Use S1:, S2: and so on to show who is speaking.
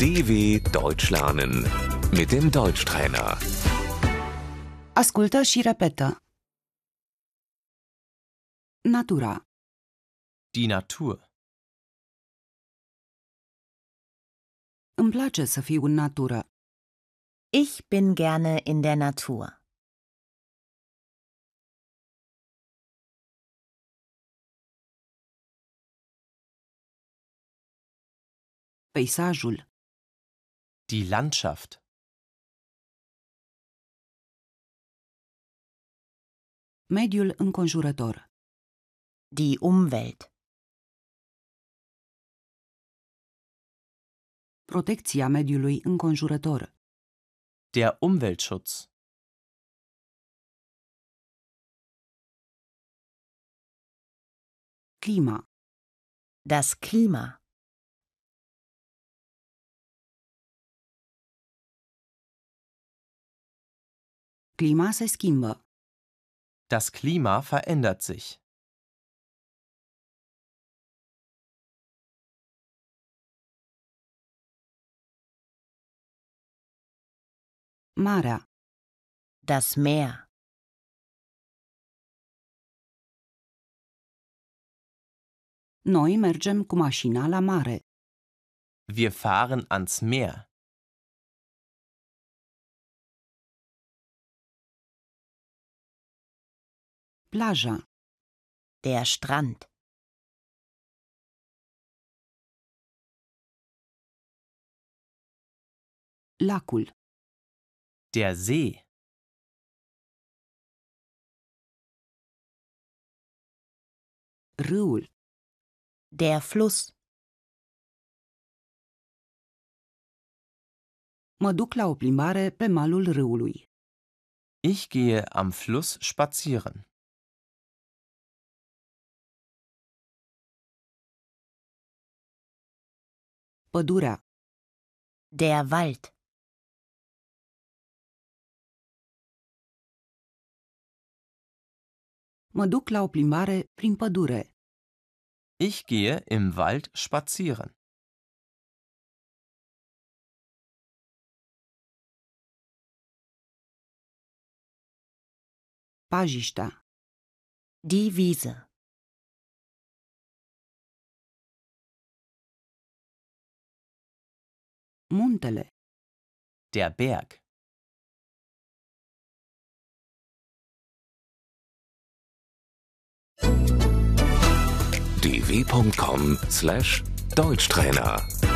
S1: DW Deutsch lernen mit dem Deutschtrainer.
S2: Ascultă și repetă. Natura.
S3: Die Natur.
S2: Îmi place să fiu în natură.
S4: Ich bin gerne in der Natur.
S2: Peisajul.
S3: Die Landschaft.
S2: Mediul înconjurător.
S4: Die Umwelt.
S2: Protecția mediului înconjurător.
S3: Der Umweltschutz.
S2: Clima.
S4: Das Klima.
S2: Clima se schimbă.
S3: Das Klima verändert sich.
S2: Marea.
S4: Das Meer.
S2: Noi mergem cu mașina la mare.
S3: Wir fahren ans Meer.
S2: Plaja.
S4: Der Strand.
S2: Lacul.
S3: Der See.
S2: Râul.
S4: Der Fluss.
S2: Mă duc la o plimbare pe malul râului.
S3: Ich gehe am Fluss spazieren.
S2: Pădurea.
S4: Der Wald.
S2: Mă duc la o plimbare prin pădure.
S3: Ich gehe im Wald spazieren.
S2: Pajiștea.
S4: Die Wiese.
S2: Muntele.
S3: Der Berg.
S1: dw.com/deutschtrainer